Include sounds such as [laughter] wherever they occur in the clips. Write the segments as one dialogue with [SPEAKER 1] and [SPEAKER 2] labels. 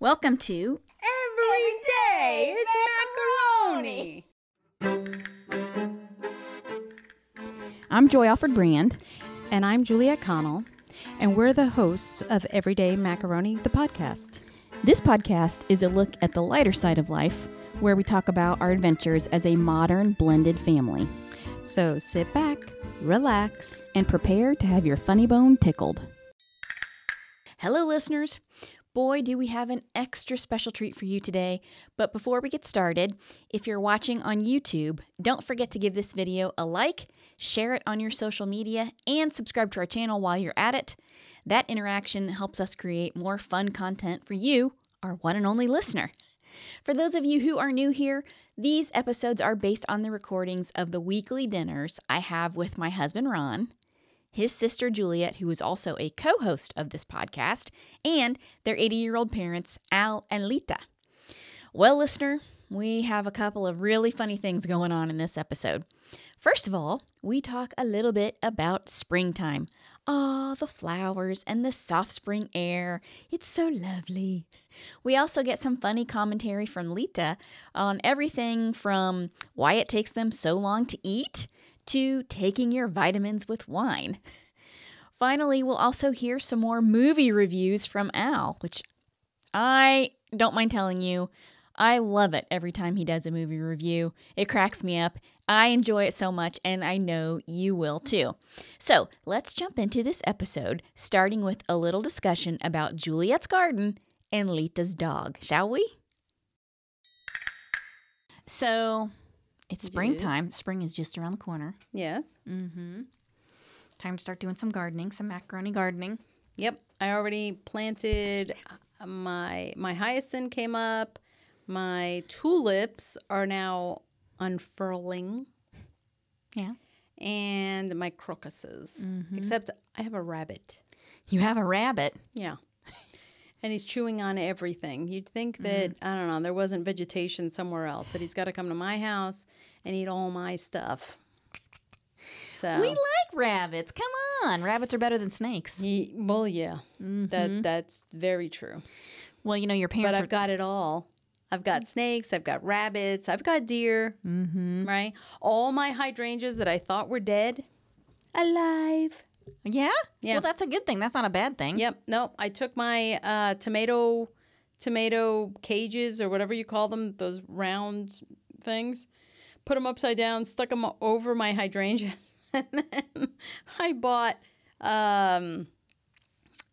[SPEAKER 1] Welcome to
[SPEAKER 2] Every day is macaroni.
[SPEAKER 3] I'm Joy Alfred Brand.
[SPEAKER 4] And I'm Julia Connell, and we're the hosts of Everyday Macaroni, the podcast.
[SPEAKER 3] This podcast is a look at the lighter side of life, where we talk about our adventures as a modern blended family
[SPEAKER 4] So sit back, relax.
[SPEAKER 3] and prepare to have your funny bone tickled. Hello, listeners. Boy, do we have an extra special treat for you today. But before we get started, if you're watching on YouTube, don't forget to give this video a like, share it on your social media, and subscribe to our channel while you're at it. That interaction helps us create more fun content for you, our one and only listener. For those of you who are new here, these episodes are based on the recordings of the weekly dinners I have with my husband Ron, his sister Juliet, who is also a co host of this podcast, and their 80 year old parents, Al and Lita. Well, listener, we have a couple of really funny things going on in this episode. First of all, we talk a little bit about springtime. Ah, the flowers and the soft spring air. It's so lovely. We also get some funny commentary from Lita on everything from why it takes them so long to eat to taking your vitamins with wine. Finally, we'll also hear some more movie reviews from Al, which I don't mind telling you, I love it every time he does a movie review. It cracks me up. I enjoy it so much, and I know you will too. So let's jump into this episode, starting with a little discussion about Juliet's garden and Lita's dog, shall we? So it's springtime. Spring is just around the corner.
[SPEAKER 2] Yes.
[SPEAKER 3] Mm-hmm. Time to start doing some gardening, some macaroni gardening.
[SPEAKER 2] Yep. I already planted uh, my my hyacinth came up. My tulips are now unfurling
[SPEAKER 3] Yeah.
[SPEAKER 2] and my crocuses. Except I have a rabbit.
[SPEAKER 3] You have a rabbit.
[SPEAKER 2] Yeah. [laughs] And he's chewing on everything. You'd think that, I don't know, there wasn't vegetation somewhere else, that he's got to come to my house and eat all my stuff. So,
[SPEAKER 3] We like rabbits. Come on. Rabbits are better than snakes.
[SPEAKER 2] he, well, yeah, that that's very true.
[SPEAKER 3] Well, you know, your parents
[SPEAKER 2] But
[SPEAKER 3] are
[SPEAKER 2] I've got it all. I've got snakes, I've got rabbits, I've got deer, mm-hmm. right? All my hydrangeas that I thought were dead, alive.
[SPEAKER 3] Yeah?
[SPEAKER 2] Yeah.
[SPEAKER 3] Well, that's a good thing. That's not a bad thing.
[SPEAKER 2] Yep. Nope. I took my uh, tomato tomato cages or whatever you call them, those round things, put them upside down, stuck them over my hydrangea, [laughs] and then I bought, um,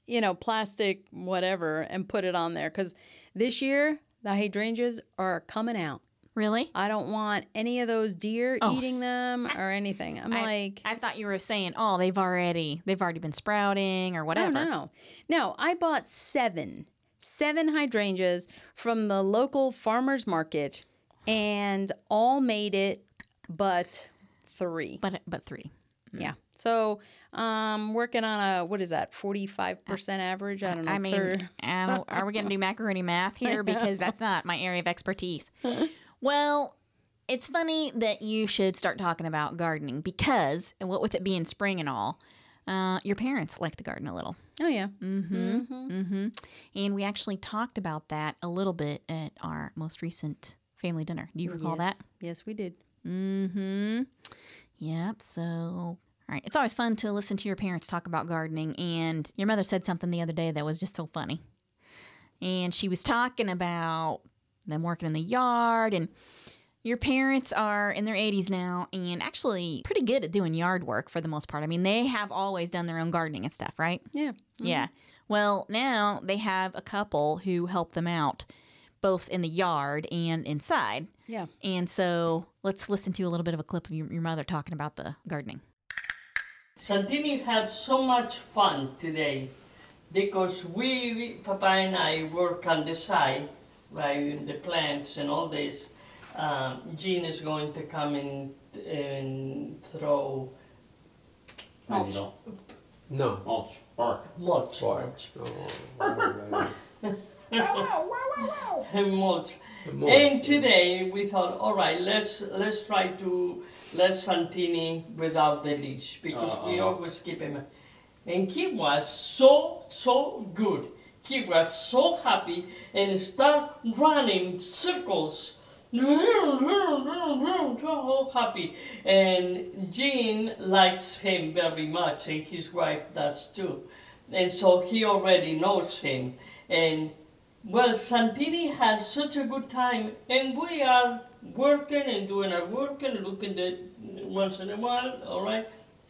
[SPEAKER 2] you know, plastic whatever and put it on there because this year the hydrangeas are coming out.
[SPEAKER 3] Really?
[SPEAKER 2] I don't want any of those deer eating them or anything. I'm like,
[SPEAKER 3] I thought you were saying, oh, they've already they've already been sprouting or whatever.
[SPEAKER 2] No, Oh, no. No, I bought seven, seven hydrangeas from the local farmer's market and all made it but hmm. three.
[SPEAKER 3] But but three.
[SPEAKER 2] Yeah. So um working on a what is that, forty five percent average? I don't know.
[SPEAKER 3] I mean,
[SPEAKER 2] third.
[SPEAKER 3] I don't- are we going to
[SPEAKER 2] [laughs]
[SPEAKER 3] do macaroni math here? Because that's not my area of expertise. well, it's funny that you should start talking about gardening because, and what with it being spring and all, uh, your parents like to garden a little.
[SPEAKER 2] Oh yeah. Mm-hmm.
[SPEAKER 3] hmm And we actually talked about that a little bit at our most recent family dinner. Do you recall
[SPEAKER 2] Oh, yes.
[SPEAKER 3] that?
[SPEAKER 2] Yes, we did.
[SPEAKER 3] Mm-hmm. Yep. So, all right. It's always fun to listen to your parents talk about gardening. And your mother said something the other day that was just so funny. And she was talking about them working in the yard. And your parents are in their 80s now and actually pretty good at doing yard work for the most part. I mean, they have always done their own gardening and stuff, right?
[SPEAKER 2] Yeah.
[SPEAKER 3] Yeah. Well, now they have a couple who help them out both in the yard and inside.
[SPEAKER 2] Yeah.
[SPEAKER 3] And so let's listen to a little bit of a clip of your, your mother talking about the gardening.
[SPEAKER 5] Santini had so much fun today because we, we- Papa and I, work on the side, right, the plants and all this. Um, Gene is going to come in and throw
[SPEAKER 6] I know.
[SPEAKER 7] No.
[SPEAKER 6] Mulch. Bark.
[SPEAKER 5] lots,
[SPEAKER 7] Barge. Oh,
[SPEAKER 5] and mulch. [laughs]
[SPEAKER 7] Mulch,
[SPEAKER 5] And today we thought, all right, let's let's try to let Santini without the leash because we
[SPEAKER 6] Uh-uh.
[SPEAKER 5] always keep him. And he was so so good. He was so happy and started running circles. So happy. And Jean likes him very much, and his wife does too. And so he already knows him. And well, Santini has such a good time, and we are working and doing our work and looking at once in a while, all right?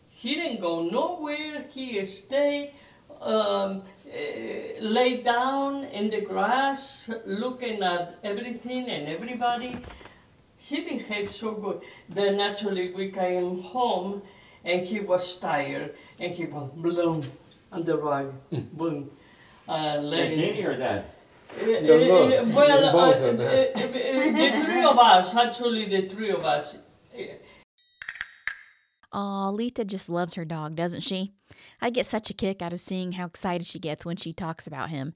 [SPEAKER 5] He didn't go nowhere. He stayed um, eh, laid down in the grass, looking at everything and everybody. He behaved so good. Then naturally we came home, and he was tired, and he went bloom on the rug, boom. Uh, laying-
[SPEAKER 6] Santini or Dad?
[SPEAKER 5] Eh, eh,
[SPEAKER 7] Don't know.
[SPEAKER 5] eh, Well, uh,
[SPEAKER 7] Both of them.
[SPEAKER 5] eh, eh, eh, the three of us, actually the three of us, eh,
[SPEAKER 3] Aw, Lita just loves her dog, doesn't she? I get such a kick out of seeing how excited she gets when she talks about him.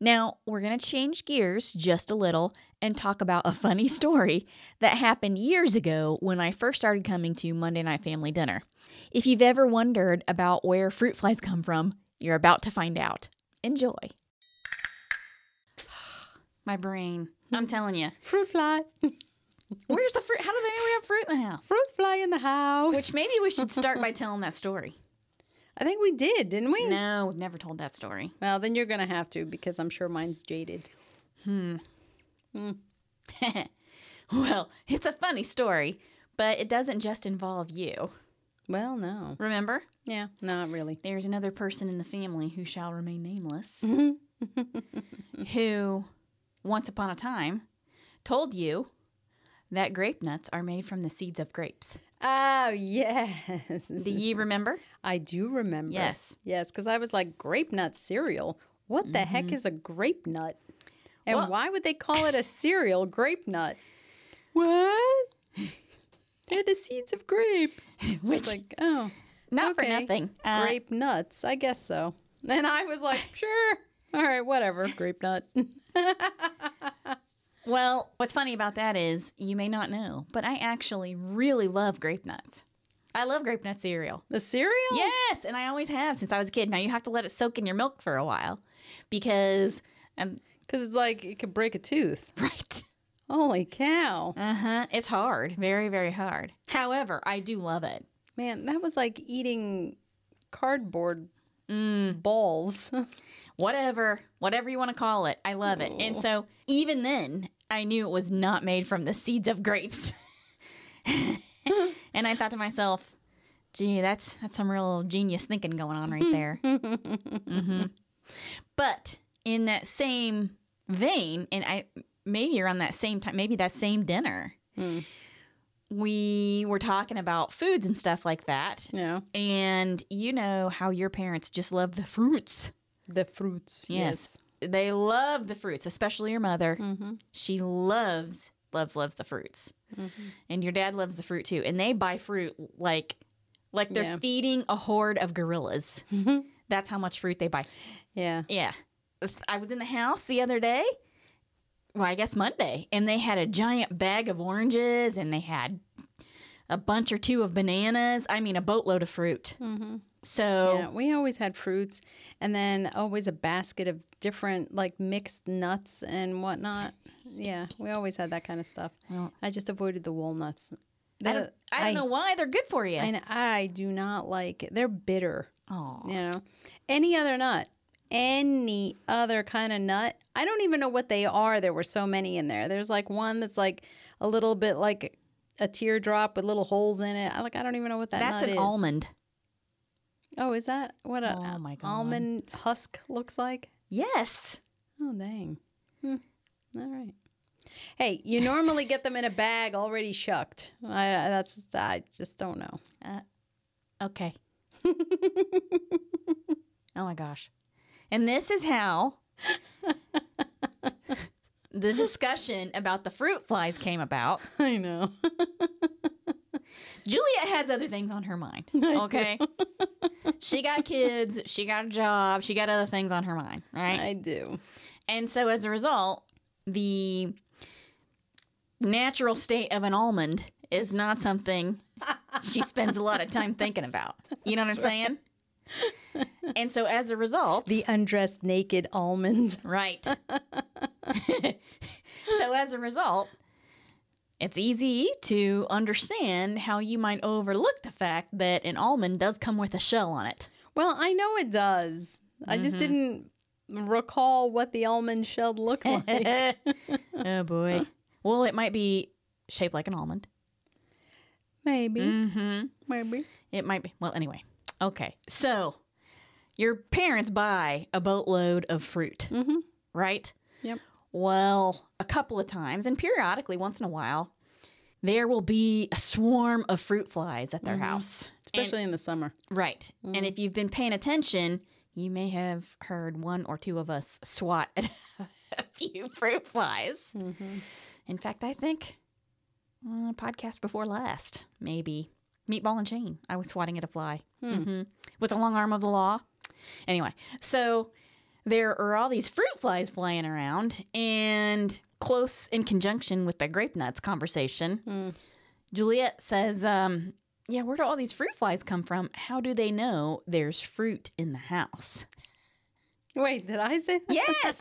[SPEAKER 3] Now, we're going to change gears just a little and talk about a [laughs] funny story that happened years ago when I first started coming to Monday Night Family Dinner. If you've ever wondered about where fruit flies come from, you're about to find out. Enjoy. [sighs] My [laughs] brain. I'm telling you.
[SPEAKER 2] Fruit fly,
[SPEAKER 3] Where's the fruit? How do they know we have fruit in the house?
[SPEAKER 2] fruit fly in the house.
[SPEAKER 3] Which maybe we should start by telling that story.
[SPEAKER 2] I think we did, didn't we?
[SPEAKER 3] No, we've never told that story. [laughs]
[SPEAKER 2] Well, then you're gonna have to because I'm sure mine's jaded.
[SPEAKER 3] well, it's a funny story, but it doesn't just involve you.
[SPEAKER 2] Well, no.
[SPEAKER 3] Remember?
[SPEAKER 2] Yeah, not really.
[SPEAKER 3] There's another person in the family who shall remain
[SPEAKER 2] [laughs]
[SPEAKER 3] nameless who, once upon a time, told you that grape nuts are made from the seeds of grapes.
[SPEAKER 2] Oh yes,
[SPEAKER 3] Do ye remember?
[SPEAKER 2] I do remember.
[SPEAKER 3] Yes.
[SPEAKER 2] yes, because I was like grape nut cereal. What the heck is a grape nut? And
[SPEAKER 3] Mm-hmm. Well-
[SPEAKER 2] why would they
[SPEAKER 3] [laughs]
[SPEAKER 2] call it a cereal grape nut? What? They're the seeds of grapes.
[SPEAKER 3] Which,
[SPEAKER 2] It's like oh,
[SPEAKER 3] not for
[SPEAKER 2] okay.
[SPEAKER 3] nothing. Uh,
[SPEAKER 2] grape nuts. I guess so. And I
[SPEAKER 3] [laughs]
[SPEAKER 2] was like, sure. All right, whatever. Grape nut. [laughs]
[SPEAKER 3] Well, what's funny about that is you may not know, but I actually really love grape nuts. I love grape nut cereal.
[SPEAKER 2] The cereal?
[SPEAKER 3] Yes, and I always have since I was a kid. Now you have to let it soak in your milk for a while because [laughs] um
[SPEAKER 2] Because it's like it could break a tooth.
[SPEAKER 3] right.
[SPEAKER 2] Holy cow.
[SPEAKER 3] Uh-huh. It's hard, very very hard. However, I do love it.
[SPEAKER 2] Man, that was like eating cardboard
[SPEAKER 3] Mm.
[SPEAKER 2] balls. [laughs]
[SPEAKER 3] Whatever, whatever you want to call it. I love it. And so even then, I knew it was not made from the seeds of grapes. [laughs] and I thought to myself, gee, that's that's some real genius thinking going on right there. Mhm. But in that same vein, and I maybe around that same time, maybe that same dinner,
[SPEAKER 2] Mm.
[SPEAKER 3] we were talking about foods and stuff like that.
[SPEAKER 2] yeah.
[SPEAKER 3] And you know how your parents just love the fruits.
[SPEAKER 2] The fruits.
[SPEAKER 3] Yes. They love the fruits, especially your mother.
[SPEAKER 2] Mhm.
[SPEAKER 3] She loves, loves, loves the fruits.
[SPEAKER 2] Mm-hmm.
[SPEAKER 3] And your dad loves the fruit too. And they buy fruit like like they're
[SPEAKER 2] Yeah. Mm-hmm.
[SPEAKER 3] feeding a horde of gorillas. That's how much fruit they buy.
[SPEAKER 2] Yeah.
[SPEAKER 3] Yeah. I was in the house the other day. Well, I guess Monday. And they had a giant bag of oranges and they had a bunch or two of bananas. I mean, a boatload of fruit. So,
[SPEAKER 2] Mm-hmm. Yeah. We always had fruits and then always a basket of different, like mixed nuts and whatnot. Yeah. We always had that kind of stuff.
[SPEAKER 3] Well-
[SPEAKER 2] I just avoided the walnuts.
[SPEAKER 3] I, don't,
[SPEAKER 2] The-
[SPEAKER 3] I don't know why they're good for you.
[SPEAKER 2] And Uh, I do not like it. They're bitter.
[SPEAKER 3] Aw.
[SPEAKER 2] you know any other nut any other kind of nut i don't even know what they are there were so many in there there's like one that's like a little bit like a teardrop with little holes in it I, like i don't even know what that
[SPEAKER 3] That's an
[SPEAKER 2] nut is.
[SPEAKER 3] almond.
[SPEAKER 2] oh is that what a
[SPEAKER 3] Oh, my God.
[SPEAKER 2] almond husk looks like
[SPEAKER 3] Yes.
[SPEAKER 2] oh dang Hmm. all right hey you normally get them in a bag already shucked I, I- that's i just don't know [laughs]
[SPEAKER 3] Okay. [laughs] oh my gosh. And this is
[SPEAKER 2] [laughs]
[SPEAKER 3] how the discussion about the fruit flies came about.
[SPEAKER 2] i know
[SPEAKER 3] Juliet has other things on her
[SPEAKER 2] [laughs]
[SPEAKER 3] mind. Okay. she got kids, she got a job, she got other things on her mind, right?
[SPEAKER 2] i do
[SPEAKER 3] And so as a result, the natural state of an almond is not something she spends a lot of time thinking about. You know what I'm saying? and so as a result,
[SPEAKER 2] The undressed naked almond.
[SPEAKER 3] Right. [laughs] so as a result, it's easy to understand how you might overlook the fact that an almond does come with a shell on it. [laughs]
[SPEAKER 2] Well, I know it does. I
[SPEAKER 3] Mm-hmm.
[SPEAKER 2] just didn't recall what the almond shell
[SPEAKER 3] [laughs]
[SPEAKER 2] looked like.
[SPEAKER 3] Oh boy. well, it might be shaped like an almond.
[SPEAKER 2] Maybe. Mm-hmm. Maybe.
[SPEAKER 3] It might be. Well, anyway. Okay. So your parents buy a boatload of fruit, mm-hmm. right?
[SPEAKER 2] Yep.
[SPEAKER 3] Well, a couple of times, and periodically, once in a while, there will be a swarm of fruit flies at their house.
[SPEAKER 2] Mm-hmm. Especially in the summer.
[SPEAKER 3] Right. And if you've been paying attention, you may have heard one or two of us swat at [laughs] a few fruit flies. In fact, I think uh, podcast before last, maybe Meatball and Chain. I was swatting at a fly hmm with the long arm of the law. Anyway, so there are all these fruit flies flying around, and close in conjunction with the grape nuts conversation, Juliet says, um, Yeah, where do all these fruit flies come from? How do they know there's fruit in the house?
[SPEAKER 2] Wait, did I say that?
[SPEAKER 3] Yes!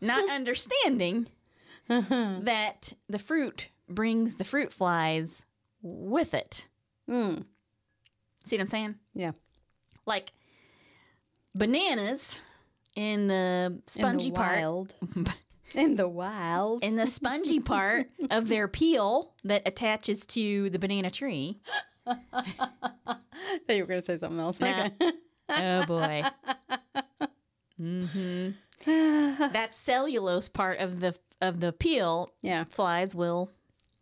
[SPEAKER 3] Not
[SPEAKER 2] [laughs]
[SPEAKER 3] understanding that the fruit brings the fruit flies with it. See what I'm saying?
[SPEAKER 2] Mm, Yeah.
[SPEAKER 3] Like bananas in the spongy
[SPEAKER 2] in the
[SPEAKER 3] part [laughs]
[SPEAKER 2] wild. in the wild.
[SPEAKER 3] in the spongy part
[SPEAKER 2] [laughs]
[SPEAKER 3] of their peel that attaches to the banana tree.
[SPEAKER 2] I thought you were going to say something else.
[SPEAKER 3] Nah.
[SPEAKER 2] Okay. [laughs]
[SPEAKER 3] Oh [laughs] boy. Mm-hmm. That cellulose part of the of the peel
[SPEAKER 2] Yeah.
[SPEAKER 3] flies will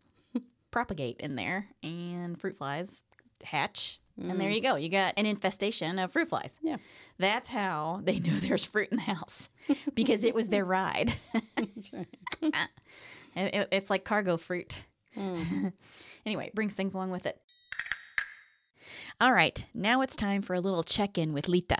[SPEAKER 3] [laughs] propagate in there and fruit flies hatch. And there you go. You got an infestation of fruit flies.
[SPEAKER 2] Mm. Yeah.
[SPEAKER 3] That's how they [laughs] know there's fruit in the house
[SPEAKER 2] [laughs]
[SPEAKER 3] because it was their ride. [laughs]
[SPEAKER 2] That's right.
[SPEAKER 3] It- it- it's like cargo fruit.
[SPEAKER 2] Mm.
[SPEAKER 3] [laughs] anyway, it brings things along with it. All right, now it's time for a little check in with Lita.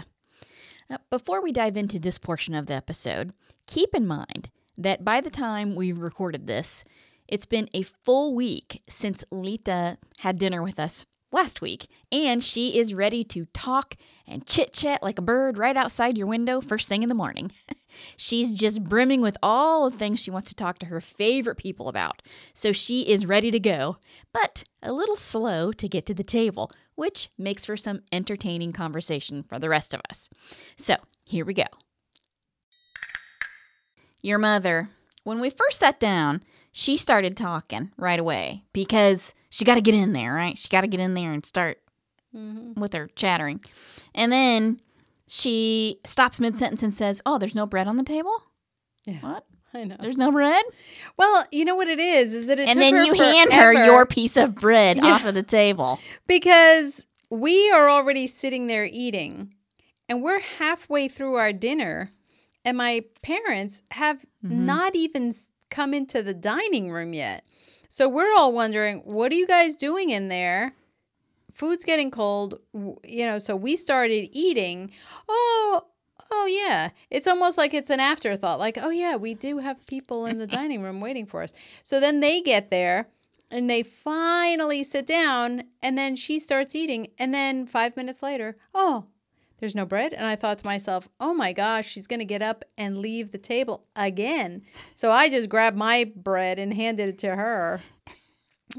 [SPEAKER 3] Uh, Before we dive into this portion of the episode, keep in mind that by the time we recorded this, it's been a full week since Lita had dinner with us last week, and she is ready to talk and chit chat like a bird right outside your window first thing in the morning. [laughs] She's just brimming with all the things she wants to talk to her favorite people about, so she is ready to go, but a little slow to get to the table, which makes for some entertaining conversation for the rest of us. So here we go. Your mother. When we first sat down, she started talking right away because she got to get in there, right? She got to get in there and start
[SPEAKER 2] Mm-hmm.
[SPEAKER 3] with her chattering. And then she stops mid sentence and says, Oh, there's no bread on the table?
[SPEAKER 2] Yeah.
[SPEAKER 3] What?
[SPEAKER 2] I know.
[SPEAKER 3] There's no bread?
[SPEAKER 2] Well, you know what it is, is that it
[SPEAKER 3] and
[SPEAKER 2] took
[SPEAKER 3] then you hand her
[SPEAKER 2] forever
[SPEAKER 3] your piece of bread off of the table.
[SPEAKER 2] because we are already sitting there eating, and we're halfway through our dinner, and my parents have not even s- come into the dining room yet. So we're all wondering, what are you guys doing in there? Food's getting cold, w- you know. So we started eating. Oh. Oh yeah, it's almost like it's an afterthought. Like, oh yeah, we do have people in the dining room waiting for us. So then they get there, and they finally sit down, and then she starts eating. And then five minutes later, oh, there's no bread. And I thought to myself, oh my gosh, she's going to get up and leave the table again. So I just grabbed my bread and handed it to her.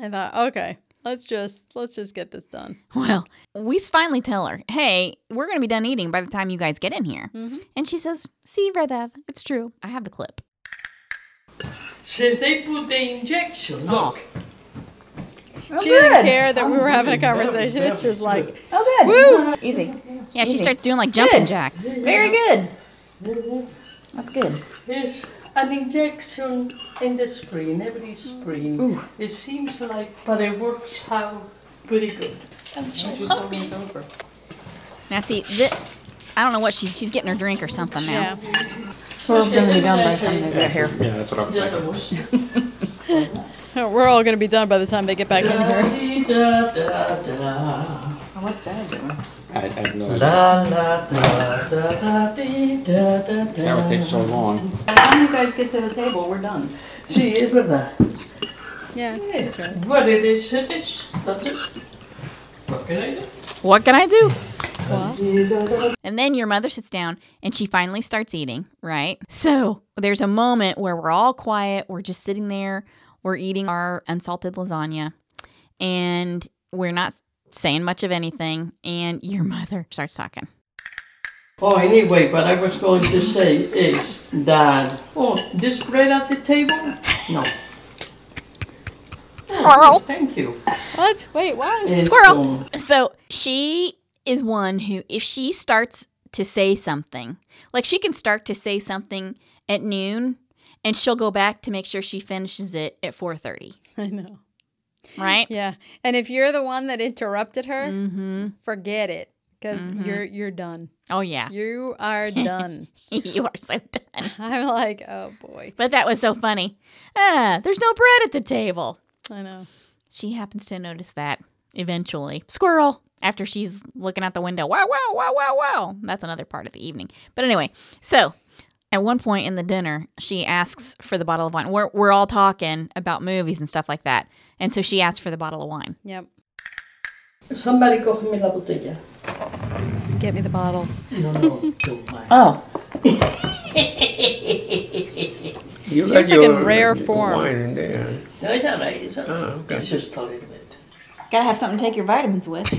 [SPEAKER 2] I thought, okay. Let's just let's just get this done.
[SPEAKER 3] [laughs] Well, we finally tell her, hey, we're going to be done eating by the time you guys get in here. And she says, see, Redev, it's true. I have the clip.
[SPEAKER 5] Since they put the injection, look.
[SPEAKER 2] she didn't care that we were having a conversation. It's just like,
[SPEAKER 3] Woo! Easy. Yeah, she starts doing like jumping jacks. Very good. That's good.
[SPEAKER 5] It's an injection in the spring, every spring. It seems like, but it works out pretty good. I'm so happy.
[SPEAKER 3] Now, see, thi- I don't know what she's, she's getting her drink or something now.
[SPEAKER 2] yeah,
[SPEAKER 5] So I'm gonna be done by the time they get here.
[SPEAKER 6] Yeah, that's what I'm thinking.
[SPEAKER 5] [laughs]
[SPEAKER 2] we're all gonna be done by the time they get back in here.
[SPEAKER 5] Da, da, da.
[SPEAKER 6] I, I have no idea.
[SPEAKER 5] Da, da, da, da, da, dee, da, da, da.
[SPEAKER 6] That would take so long.
[SPEAKER 5] Sí, es verdad.
[SPEAKER 2] Yeah, that's right.
[SPEAKER 5] What it is, it is. That's it. What can I do?
[SPEAKER 3] What can I do? And then your mother sits down and she finally starts eating, right? So there's a moment where we're all quiet. We're just sitting there. We're eating our unsalted lasagna and we're not saying much of anything. And your [laughs] mother starts talking.
[SPEAKER 5] Oh, anyway, what I was going to say is that, oh, this bread at the table? No.
[SPEAKER 3] Squirrel.
[SPEAKER 5] Thank you.
[SPEAKER 2] What? Wait, what?
[SPEAKER 5] It's,
[SPEAKER 3] Squirrel.
[SPEAKER 5] um,
[SPEAKER 3] So she is one who, if she starts to say something, like she can start to say something at noon and she'll go back to make sure she finishes it at 4.30
[SPEAKER 2] [laughs] I know.
[SPEAKER 3] right
[SPEAKER 2] Yeah. And if you're the one that interrupted her,
[SPEAKER 3] mm-hmm
[SPEAKER 2] forget it because you're you're done.
[SPEAKER 3] oh yeah [laughs]
[SPEAKER 2] You are done.
[SPEAKER 3] you are so done
[SPEAKER 2] I'm like, oh boy.
[SPEAKER 3] But that was so funny. Ah, there's no bread at the table.
[SPEAKER 2] I know.
[SPEAKER 3] She happens to notice that eventually. Squirrel! After she's looking out the window. Wow, wow, wow, wow, wow. That's another part of the evening. But anyway, so at one point in the dinner, she asks for the bottle of wine. We're, we're all talking about movies and stuff like that. And so she asks for the bottle of wine.
[SPEAKER 2] Yep.
[SPEAKER 5] Somebody coge me la botella.
[SPEAKER 2] Get me the bottle.
[SPEAKER 5] No, no, don't mind.
[SPEAKER 1] Oh,
[SPEAKER 7] You
[SPEAKER 2] Seems
[SPEAKER 7] got
[SPEAKER 2] like in
[SPEAKER 7] your
[SPEAKER 2] rare form.
[SPEAKER 7] Wine in there.
[SPEAKER 5] No, it's all right. It's all right.
[SPEAKER 7] Ah, okay.
[SPEAKER 5] It's just a little bit.
[SPEAKER 1] gotta have something to take your vitamins
[SPEAKER 3] [laughs]
[SPEAKER 1] with.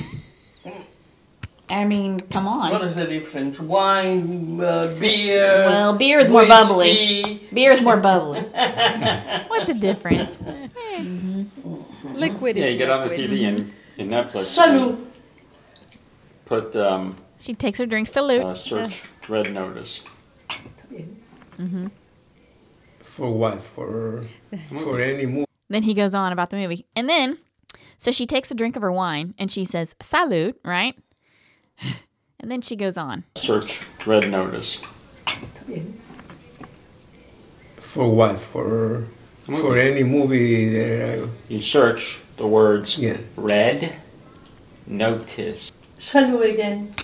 [SPEAKER 1] I mean, come
[SPEAKER 5] What
[SPEAKER 1] on.
[SPEAKER 5] is the difference? Wine, uh, beer.
[SPEAKER 1] Well, beer is more bubbly.
[SPEAKER 5] whiskey.
[SPEAKER 1] Beer is more bubbly.
[SPEAKER 3] What's the difference?
[SPEAKER 2] Liquid is
[SPEAKER 6] Yeah, you get on the
[SPEAKER 2] liquid.
[SPEAKER 6] TV and in Netflix. and
[SPEAKER 5] Salud.
[SPEAKER 6] Put um,
[SPEAKER 3] she takes her drink salute.
[SPEAKER 6] uh, search red notice.
[SPEAKER 7] For
[SPEAKER 2] [laughs]
[SPEAKER 7] what? For for any movie.
[SPEAKER 3] Then he goes on about the movie. And then, so she takes a drink of her wine and she says, salute, right? [sighs] And then she goes on.
[SPEAKER 6] Search red notice.
[SPEAKER 7] For what? For for any movie there. I-
[SPEAKER 6] You search the words
[SPEAKER 7] Yeah.
[SPEAKER 6] red notice.
[SPEAKER 5] Salud again.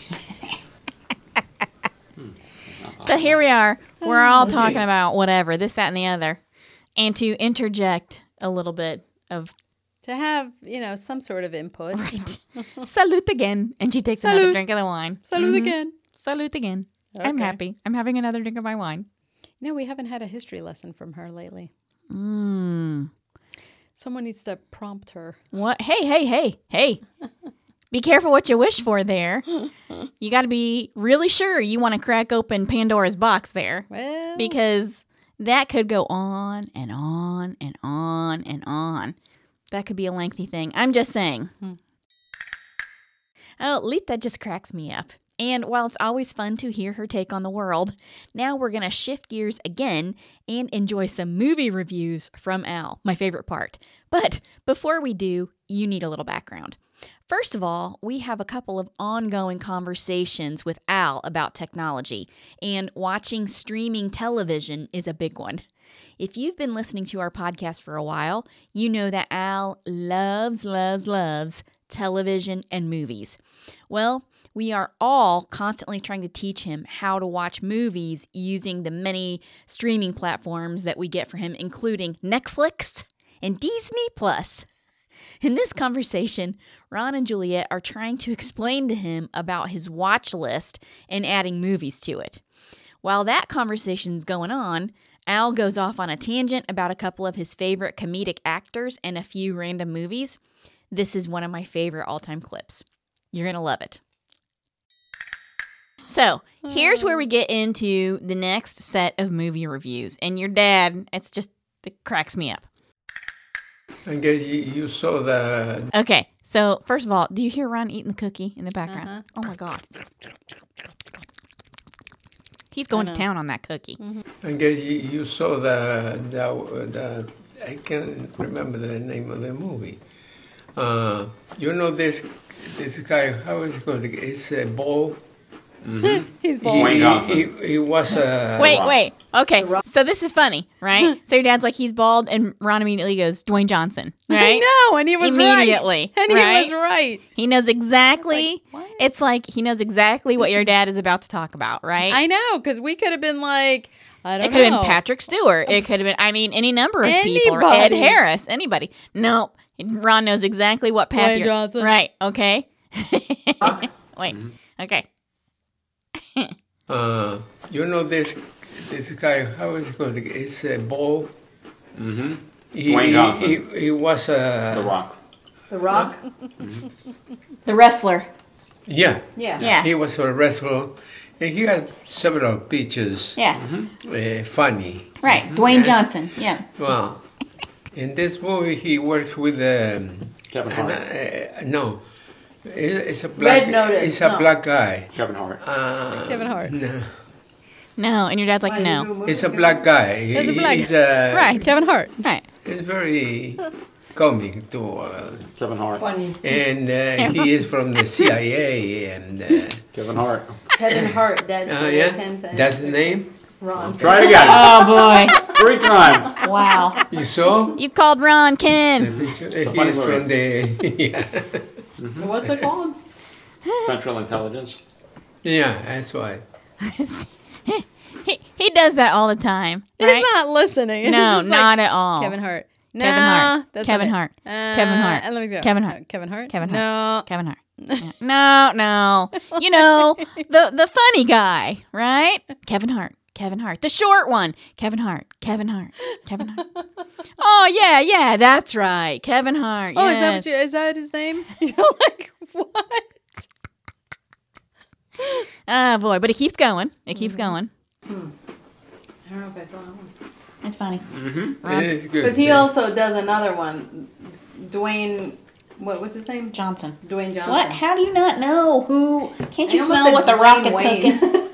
[SPEAKER 3] So here we are. We're
[SPEAKER 2] Oh,
[SPEAKER 3] all talking about whatever, this, that, and the other. And to interject a little bit of [laughs]
[SPEAKER 2] To have, you know, some sort of input.
[SPEAKER 3] right. salute again. And she takes another
[SPEAKER 2] Salute.
[SPEAKER 3] drink of the wine.
[SPEAKER 2] [laughs] Salute
[SPEAKER 3] Mhm.
[SPEAKER 2] again.
[SPEAKER 3] Salute again. I'm
[SPEAKER 2] Okay.
[SPEAKER 3] happy. I'm having another drink of my wine.
[SPEAKER 2] No, we haven't had a history lesson from her lately.
[SPEAKER 3] Mm.
[SPEAKER 2] Someone needs to prompt her.
[SPEAKER 3] What? Hey, hey, hey, hey. Be careful what you wish for there. You got to be really sure you want to crack open Pandora's box there.
[SPEAKER 2] Well,
[SPEAKER 3] because that could go on and on and on and on. That could be a lengthy thing. I'm just saying. Oh, Lita just cracks me up. And while it's always fun to hear her take on the world, now we're going to shift gears again and enjoy some movie reviews from Al, my favorite part. But before we do, you need a little background. First of all, we have a couple of ongoing conversations with Al about technology, and watching streaming television is a big one. If you've been listening to our podcast for a while, you know that Al loves, loves, loves television and movies. Well, we are all constantly trying to teach him how to watch movies using the many streaming platforms that we get for him, including Netflix and Disney Plus. In this conversation, Ron and Juliet are trying to explain to him about his watch list and adding movies to it. While that conversation's going on, Al goes off on a tangent about a couple of his favorite comedic actors and a few random movies. This is one of my favorite all time clips. You're going to love it. So, here's where we get into the next set of movie reviews. And your dad, it's just, it cracks me up.
[SPEAKER 7] I guess you, you saw the
[SPEAKER 3] Okay, so first of all, do you hear Ron eating the cookie in the background?
[SPEAKER 2] Uh-huh.
[SPEAKER 3] Oh my god, he's going to town on that cookie.
[SPEAKER 2] Mm-hmm.
[SPEAKER 7] I guess you, you saw the the the I can't remember the name of the movie. Uh, you know this this guy how is it called? It's a ball.
[SPEAKER 2] he's
[SPEAKER 7] He,
[SPEAKER 2] bald.
[SPEAKER 6] Wayne
[SPEAKER 7] he,
[SPEAKER 6] Gotham.
[SPEAKER 7] he was a
[SPEAKER 3] Wait, wait, okay. So this is funny,
[SPEAKER 2] [laughs]
[SPEAKER 3] right? so your dad's like he's bald, and Ron immediately goes Dwayne Johnson, right?
[SPEAKER 2] [laughs] I know, and he was
[SPEAKER 3] Immediately,
[SPEAKER 2] right. And
[SPEAKER 3] right?
[SPEAKER 2] he was right.
[SPEAKER 3] He knows exactly. it's like he knows exactly
[SPEAKER 2] [laughs]
[SPEAKER 3] what your dad is about to talk about, right?
[SPEAKER 2] I know, because we could have been like, I don't
[SPEAKER 3] It
[SPEAKER 2] know.
[SPEAKER 3] could have been Patrick Stewart. It could have been, I mean, any number of people. Or Ed
[SPEAKER 2] Anybody.
[SPEAKER 3] Harris. Anybody. No, Ron knows exactly what path
[SPEAKER 2] Dwayne
[SPEAKER 3] you're
[SPEAKER 2] Johnson.
[SPEAKER 3] Right. Okay. [laughs] Wait. Okay.
[SPEAKER 7] Uh, you know this this guy. How is it called? It's a ball.
[SPEAKER 6] Mm-hmm.
[SPEAKER 7] He,
[SPEAKER 6] Wayne Johnson.
[SPEAKER 7] He, he was a
[SPEAKER 6] The Rock.
[SPEAKER 1] The Rock? the wrestler.
[SPEAKER 7] yeah.
[SPEAKER 1] Yeah.
[SPEAKER 7] He
[SPEAKER 1] Yeah.
[SPEAKER 7] was a wrestler, and he had several pictures.
[SPEAKER 1] Yeah.
[SPEAKER 7] Uh, funny.
[SPEAKER 1] Right. Dwayne Johnson. Yeah.
[SPEAKER 7] Wow. In this movie, he worked with um,
[SPEAKER 6] Kevin
[SPEAKER 7] an-
[SPEAKER 6] Hart.
[SPEAKER 7] uh, no. It- It's a black.
[SPEAKER 1] Notice,
[SPEAKER 7] It's a
[SPEAKER 1] no.
[SPEAKER 7] black guy.
[SPEAKER 6] Kevin Hart.
[SPEAKER 7] Uh,
[SPEAKER 2] Kevin Hart.
[SPEAKER 7] no.
[SPEAKER 3] No, and your dad's like, no.
[SPEAKER 7] It's a black guy.
[SPEAKER 2] It's a black-
[SPEAKER 7] He's a,
[SPEAKER 2] Right, Kevin Hart.
[SPEAKER 3] Right.
[SPEAKER 7] It's very comic too, uh,
[SPEAKER 6] Kevin Hart.
[SPEAKER 5] Funny.
[SPEAKER 7] and
[SPEAKER 8] [laughs]
[SPEAKER 7] uh, he is from the CIA. And uh,
[SPEAKER 6] Kevin Hart.
[SPEAKER 8] Kevin Hart. That's
[SPEAKER 7] uh,
[SPEAKER 8] what I
[SPEAKER 7] yeah,
[SPEAKER 8] can say.
[SPEAKER 7] that's the name.
[SPEAKER 8] Ron.
[SPEAKER 6] Try it again.
[SPEAKER 1] Oh,
[SPEAKER 6] Three times.
[SPEAKER 1] boy. Wow.
[SPEAKER 7] You saw
[SPEAKER 3] You called Ron
[SPEAKER 7] the
[SPEAKER 3] Ken.
[SPEAKER 7] picture. he
[SPEAKER 6] Somebody
[SPEAKER 7] is
[SPEAKER 6] wrote
[SPEAKER 7] from the [laughs] yeah,
[SPEAKER 8] What's it called?
[SPEAKER 6] Central Intelligence.
[SPEAKER 7] yeah. That's why.
[SPEAKER 3] He, he does that all the time. Right?
[SPEAKER 2] He's not [laughs] listening. He's
[SPEAKER 3] no,
[SPEAKER 2] just like,
[SPEAKER 3] not at all.
[SPEAKER 2] Kevin Hart. Nah,
[SPEAKER 3] Kevin Hart.
[SPEAKER 2] that's
[SPEAKER 3] Kevin
[SPEAKER 2] not it.
[SPEAKER 3] Hart.
[SPEAKER 2] Uh,
[SPEAKER 3] Kevin Hart.
[SPEAKER 2] and let me go.
[SPEAKER 3] Kevin Hart.
[SPEAKER 2] Uh, Kevin Hart.
[SPEAKER 3] Kevin
[SPEAKER 2] Hart.
[SPEAKER 3] Kevin
[SPEAKER 2] [laughs]
[SPEAKER 3] Hart. Yeah. No, no. You know, the the funny guy, right? Kevin Hart. Kevin Hart. The short one. Kevin Hart. Kevin Hart. Kevin Hart. Oh yeah, yeah, that's right. Kevin Hart.
[SPEAKER 2] No. Oh, is that
[SPEAKER 3] yes.
[SPEAKER 2] what you, is that
[SPEAKER 3] [laughs]
[SPEAKER 2] his name? [laughs] You're like what?
[SPEAKER 3] Oh boy, but it keeps going. It keeps
[SPEAKER 2] Mm-hmm.
[SPEAKER 3] going.
[SPEAKER 8] I don't know if I saw that one.
[SPEAKER 1] That's funny.
[SPEAKER 7] It is good.
[SPEAKER 8] Because Ah, he also does another one. Dwayne, what was his name?
[SPEAKER 1] Johnson.
[SPEAKER 8] Dwayne Johnson.
[SPEAKER 1] What? How do you not know who? Can't you
[SPEAKER 8] I almost
[SPEAKER 1] smell
[SPEAKER 8] said
[SPEAKER 1] what the rock
[SPEAKER 8] Dwayne
[SPEAKER 1] is
[SPEAKER 8] Wayne.
[SPEAKER 1] cooking?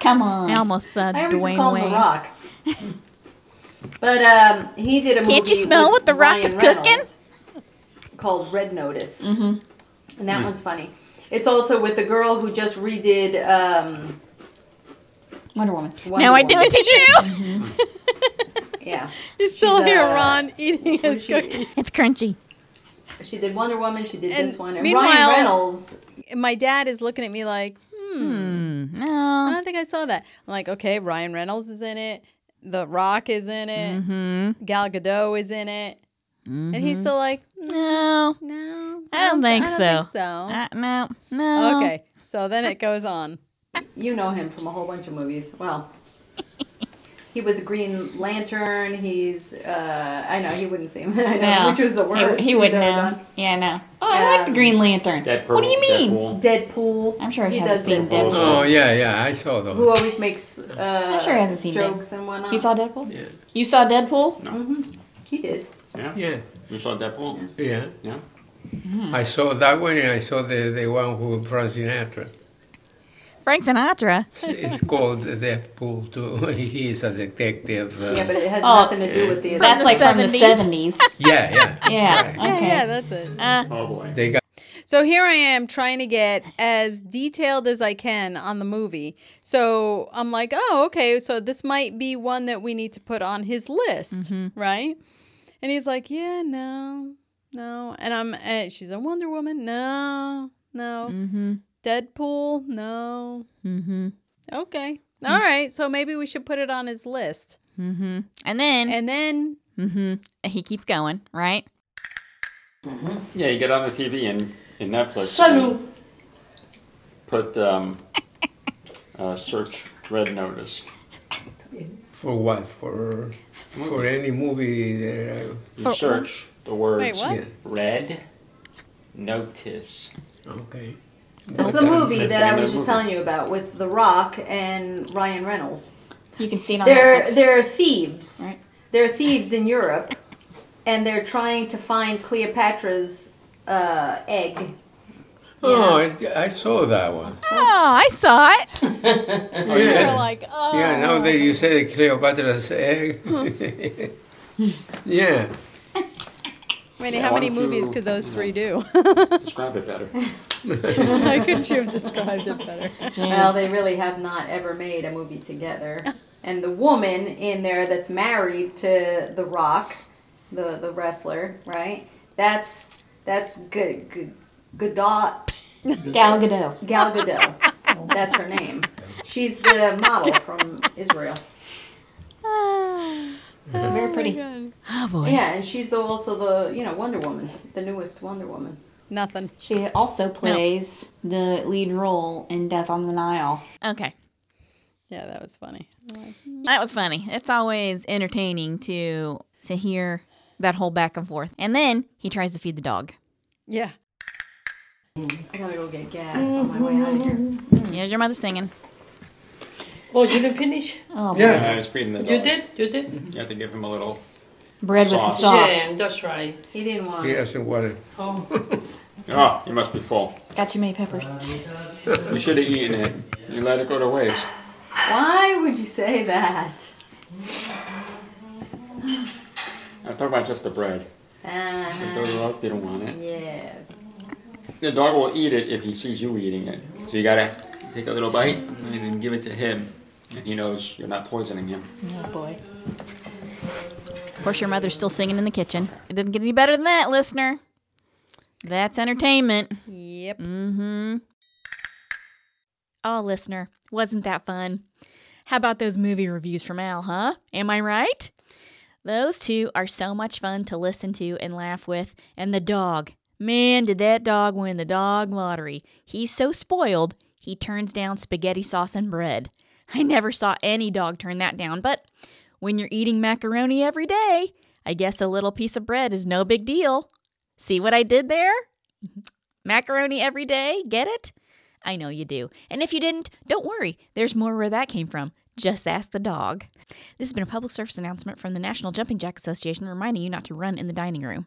[SPEAKER 1] Come on.
[SPEAKER 3] I almost said
[SPEAKER 8] I always just
[SPEAKER 3] Dwayne
[SPEAKER 8] call him
[SPEAKER 3] Wayne.
[SPEAKER 8] The Rock. [laughs] but um, he did a movie.
[SPEAKER 3] Can't you smell
[SPEAKER 8] with
[SPEAKER 3] what The Rock
[SPEAKER 8] Ryan
[SPEAKER 3] is cooking?
[SPEAKER 8] Reynolds Called Red Notice,
[SPEAKER 1] Mm-hmm.
[SPEAKER 8] and
[SPEAKER 5] Hmm.
[SPEAKER 8] that one's funny. It's also with the girl who just redid. Um,
[SPEAKER 1] Wonder Woman.
[SPEAKER 8] Wonder
[SPEAKER 3] Now I do
[SPEAKER 8] Woman.
[SPEAKER 3] it
[SPEAKER 1] [laughs]
[SPEAKER 3] to you. [laughs]
[SPEAKER 8] Yeah,
[SPEAKER 2] You still
[SPEAKER 8] She's,
[SPEAKER 2] hear
[SPEAKER 8] uh,
[SPEAKER 2] Ron eating his
[SPEAKER 8] she-
[SPEAKER 2] cookie.
[SPEAKER 3] It's crunchy.
[SPEAKER 8] she did Wonder Woman. She did
[SPEAKER 2] And
[SPEAKER 8] this one, and
[SPEAKER 2] meanwhile-
[SPEAKER 8] Ryan Reynolds.
[SPEAKER 2] My dad is looking at me like,
[SPEAKER 3] Hmm.
[SPEAKER 2] I
[SPEAKER 3] No.
[SPEAKER 2] don't think I saw that. I'm like, okay, Ryan Reynolds is in it. The Rock is in it.
[SPEAKER 3] Mm-hmm.
[SPEAKER 2] Gal Gadot is in it. And he's still like,
[SPEAKER 3] No.
[SPEAKER 2] no,
[SPEAKER 3] I don't think
[SPEAKER 2] I
[SPEAKER 3] so.
[SPEAKER 2] don't think
[SPEAKER 1] Oh.
[SPEAKER 2] so.
[SPEAKER 3] Uh, no. No.
[SPEAKER 2] Okay, so then it goes on.
[SPEAKER 8] You know him from a whole bunch of movies. Well, he was a Green Lantern. He's uh, I know he wouldn't see him. [laughs] I know,
[SPEAKER 1] No.
[SPEAKER 8] which was the worst.
[SPEAKER 1] He, he
[SPEAKER 8] he's
[SPEAKER 1] wouldn't
[SPEAKER 8] ever
[SPEAKER 1] know.
[SPEAKER 8] done.
[SPEAKER 1] Yeah, no. Oh, I like the
[SPEAKER 8] Um,
[SPEAKER 1] Green Lantern.
[SPEAKER 6] Deadpool.
[SPEAKER 1] What do you mean?
[SPEAKER 6] Deadpool.
[SPEAKER 8] Deadpool.
[SPEAKER 1] I'm sure I
[SPEAKER 8] he
[SPEAKER 1] haven't
[SPEAKER 8] does
[SPEAKER 1] seen
[SPEAKER 8] Deadpool.
[SPEAKER 1] Deadpool.
[SPEAKER 7] Oh yeah, yeah. I saw
[SPEAKER 8] Who
[SPEAKER 7] those.
[SPEAKER 8] always makes uh,
[SPEAKER 1] I'm sure I haven't seen
[SPEAKER 8] jokes and whatnot.
[SPEAKER 1] You saw Deadpool?
[SPEAKER 7] Yeah.
[SPEAKER 1] You saw Deadpool?
[SPEAKER 8] he did.
[SPEAKER 6] Yeah.
[SPEAKER 7] Yeah,
[SPEAKER 6] You saw Deadpool?
[SPEAKER 7] yeah.
[SPEAKER 6] Yeah.
[SPEAKER 8] Hmm.
[SPEAKER 7] I saw that one, and I saw the the one who Frank Sinatra.
[SPEAKER 3] Frank Sinatra.
[SPEAKER 8] [laughs]
[SPEAKER 7] It's, it's called Deadpool too. [laughs] He is a detective. Uh,
[SPEAKER 8] Yeah, but it has
[SPEAKER 1] Oh,
[SPEAKER 8] nothing to do with the.
[SPEAKER 1] That's
[SPEAKER 3] the
[SPEAKER 1] like from the
[SPEAKER 3] 70s.
[SPEAKER 1] 70s.
[SPEAKER 3] [laughs]
[SPEAKER 7] yeah, yeah.
[SPEAKER 8] [laughs]
[SPEAKER 1] Yeah.
[SPEAKER 2] Yeah,
[SPEAKER 1] Okay.
[SPEAKER 2] yeah, that's it.
[SPEAKER 6] Oh boy.
[SPEAKER 7] They got
[SPEAKER 2] Uh, So here I am trying to get as detailed as I can on the movie. So I'm like, oh, okay, so this might be one that we need to put on his list, right? And he's like, yeah, no, no. And I'm, and she's a Wonder Woman, no, no.
[SPEAKER 3] Mm-hmm.
[SPEAKER 2] Deadpool, no.
[SPEAKER 3] Mm-hmm.
[SPEAKER 2] Okay. All right, so maybe we should put it on his list.
[SPEAKER 3] Mm-hmm. And then
[SPEAKER 2] And then
[SPEAKER 3] mm-hmm. he keeps going, right?
[SPEAKER 6] Yeah, you get on the TV and in Netflix.
[SPEAKER 5] Salute.
[SPEAKER 6] and Put um, uh, search Red Notice.
[SPEAKER 7] for what? For for any movie there. uh,
[SPEAKER 6] You search the words
[SPEAKER 2] Wait, what?
[SPEAKER 7] Yeah.
[SPEAKER 6] Red Notice.
[SPEAKER 7] Okay.
[SPEAKER 8] That's the movie
[SPEAKER 6] That's
[SPEAKER 8] that I
[SPEAKER 6] the
[SPEAKER 8] was just
[SPEAKER 6] movie.
[SPEAKER 8] telling you about with The Rock and Ryan Reynolds.
[SPEAKER 1] You can see it on
[SPEAKER 8] They're
[SPEAKER 1] Oh, Netflix.
[SPEAKER 8] they're thieves.
[SPEAKER 1] Right.
[SPEAKER 8] They're thieves in Europe, and they're trying to find Cleopatra's uh, egg.
[SPEAKER 7] Oh, it, I saw that one.
[SPEAKER 3] Oh, I saw it.
[SPEAKER 7] Oh,
[SPEAKER 2] you're
[SPEAKER 7] yeah.
[SPEAKER 2] like, oh,
[SPEAKER 7] Yeah, now that you say Cleopatra's egg. [laughs] yeah. [laughs]
[SPEAKER 2] I mean,
[SPEAKER 6] Yeah,
[SPEAKER 2] how
[SPEAKER 6] why
[SPEAKER 2] many
[SPEAKER 6] don't
[SPEAKER 2] movies
[SPEAKER 6] you-
[SPEAKER 2] could those
[SPEAKER 6] you know.
[SPEAKER 2] three do? [laughs]
[SPEAKER 6] Describe it better.
[SPEAKER 2] I couldn't you have described it better?
[SPEAKER 6] [laughs]
[SPEAKER 8] Well, they really have not ever made a movie together. And the woman in there that's married to The Rock, the the wrestler, right? That's that's good good Gadot
[SPEAKER 1] Gal Gadot.
[SPEAKER 8] [laughs] Gal Gadot. That's her name. She's the model from Israel.
[SPEAKER 1] Very pretty.
[SPEAKER 3] Oh boy.
[SPEAKER 8] Yeah, and she's the, also the you know Wonder Woman, the newest Wonder Woman.
[SPEAKER 2] Nothing.
[SPEAKER 1] She also plays the lead role in Death on the Nile.
[SPEAKER 3] Okay.
[SPEAKER 2] Yeah, that was funny.
[SPEAKER 3] That was funny. It's always entertaining to to hear that whole back and forth. And then he tries to feed the dog.
[SPEAKER 2] Yeah.
[SPEAKER 8] I gotta go get gas on my way out of here.
[SPEAKER 1] Hmm.
[SPEAKER 3] Here's your mother singing.
[SPEAKER 5] [laughs] Oh, you didn't finish?
[SPEAKER 6] Yeah, [laughs] I was feeding the dog.
[SPEAKER 5] You did? You did?
[SPEAKER 6] You have to give him a little.
[SPEAKER 1] Bread with the
[SPEAKER 6] Sauce.
[SPEAKER 1] sauce.
[SPEAKER 5] Yeah, that's right.
[SPEAKER 8] He didn't want.
[SPEAKER 7] He doesn't want it.
[SPEAKER 5] Oh.
[SPEAKER 6] Oh, you must be full.
[SPEAKER 1] Got too many peppers.
[SPEAKER 6] You should have eaten it. You let it go to waste.
[SPEAKER 8] Why would you say that?
[SPEAKER 6] I'm talking about just the bread. The
[SPEAKER 8] Uh,
[SPEAKER 6] dog didn't want it.
[SPEAKER 8] yes.
[SPEAKER 6] The dog will eat it if he sees you eating it. So you gotta take a little bite and then give it to him. And he knows you're not poisoning him.
[SPEAKER 1] Oh boy.
[SPEAKER 3] Of course, your mother's still singing in the kitchen. It didn't get any better than that, listener. That's entertainment.
[SPEAKER 2] Yep.
[SPEAKER 3] Mm-hmm. Oh, listener, wasn't that fun? How about those movie reviews from Al, huh? Am I right? Those two are so much fun to listen to and laugh with. And the dog, man, did that dog win the dog lottery. He's so spoiled, he turns down spaghetti sauce and bread. I never saw any dog turn that down, but when you're eating macaroni every day, I guess a little piece of bread is no big deal. See what I did there? [laughs] macaroni every day. Get it? I know you do. And if you didn't, don't worry. There's more where that came from. Just ask the dog. This has been a public service announcement from the National Jumping Jack Association reminding you not to run in the dining room.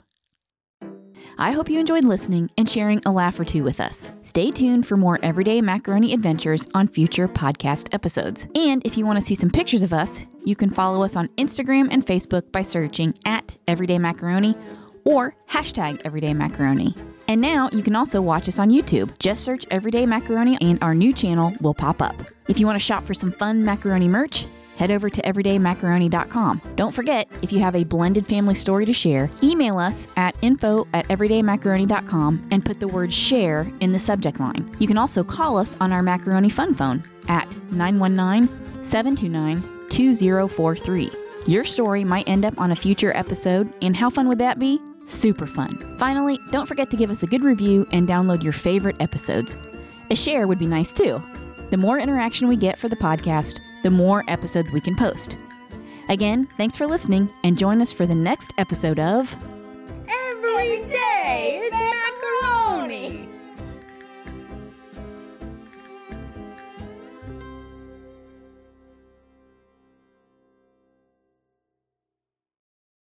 [SPEAKER 3] I hope you enjoyed listening and sharing a laugh or two with us. Stay tuned for more everyday macaroni adventures on future podcast episodes. And if you want to see some pictures of us, you can follow us on Instagram and Facebook by searching at Everyday Macaroni or hashtag Everyday Macaroni. And now you can also watch us on YouTube. Just search Everyday Macaroni and our new channel will pop up. If you want to shop for some fun macaroni merch, head over to everydaymacaroni.com. Don't forget, if you have a blended family story to share, email us at info at everydaymacaroni.com and put the word share in the subject line. You can also call us on our Macaroni Fun Phone at 919 729 2043. Your story might end up on a future episode, and how fun would that be? Super fun. Finally, don't forget to give us a good review and download your favorite episodes. A share would be nice too. The more interaction we get for the podcast, the more episodes we can post. Again, thanks for listening and join us for the next episode of
[SPEAKER 8] Every day.